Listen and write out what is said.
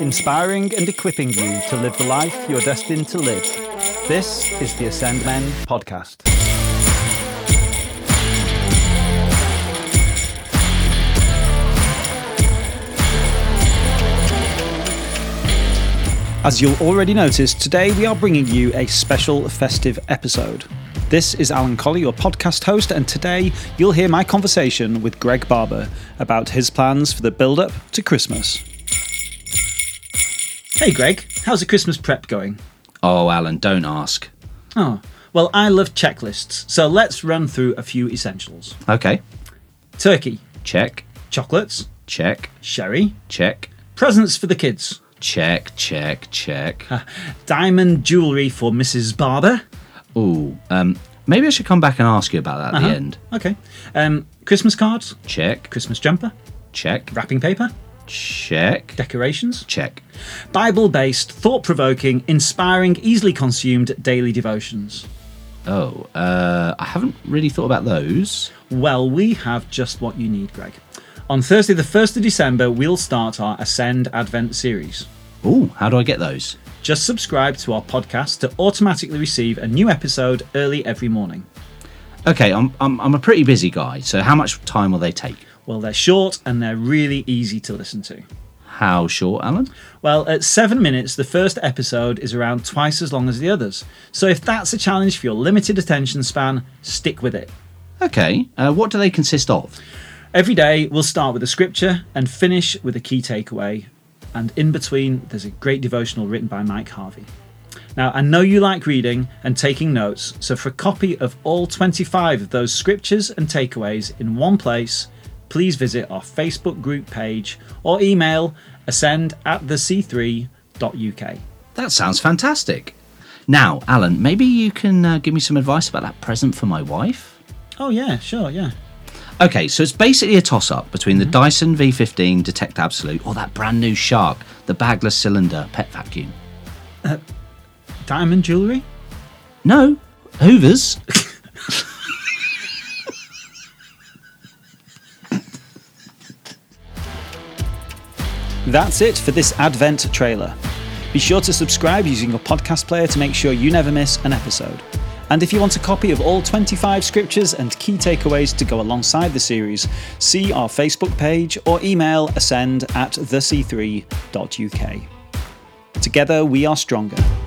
Inspiring and equipping you to live the life you're destined to live. This is the Ascend Men podcast. As you'll already notice, today we are bringing you a special festive episode. This is Alan Colley, your podcast host, and today you'll hear my conversation with Greg Barber about his plans for the build up to Christmas. Hey, Greg, how's the Christmas prep going? Oh, Alan, don't ask. Oh, well, I love checklists, so let's run through a few essentials Okay. turkey, Check, chocolates, check, sherry, check, presents for the kids, check, check, check. diamond jewellery for Mrs. Barber. Ooh, um, maybe I should come back and ask you about that at Uh-huh. the end. Okay. Um, Christmas cards, Check, Christmas jumper, check, wrapping paper, check, decorations, check. Bible based, thought provoking, inspiring, easily consumed daily devotions. Oh, uh, I haven't really thought about those. Well, we have just what you need, Greg. On Thursday, the 1st of December, we'll start our Ascend Advent series. Ooh, how do I get those? Just subscribe to our podcast to automatically receive a new episode early every morning. Okay, I'm, I'm, I'm a pretty busy guy, so how much time will they take? Well, they're short and they're really easy to listen to. How short, Alan? Well, at seven minutes, the first episode is around twice as long as the others. So if that's a challenge for your limited attention span, stick with it. Okay, uh, what do they consist of? Every day, we'll start with a scripture and finish with a key takeaway. And in between, there's a great devotional written by Mike Harvey. Now, I know you like reading and taking notes, so for a copy of all 25 of those scriptures and takeaways in one place, please visit our Facebook group page or email ascend at the c3.uk. That sounds fantastic. Now, Alan, maybe you can uh, give me some advice about that present for my wife? Oh, yeah, sure, yeah. Okay, so it's basically a toss up between the Dyson V15 Detect Absolute or that brand new Shark, the bagless cylinder pet vacuum. Diamond jewellery? No, Hoovers. That's it for this Advent trailer. Be sure to subscribe using your podcast player to make sure you never miss an episode. And if you want a copy of all 25 scriptures and key takeaways to go alongside the series, see our Facebook page or email ascend at thec3.uk. Together we are stronger.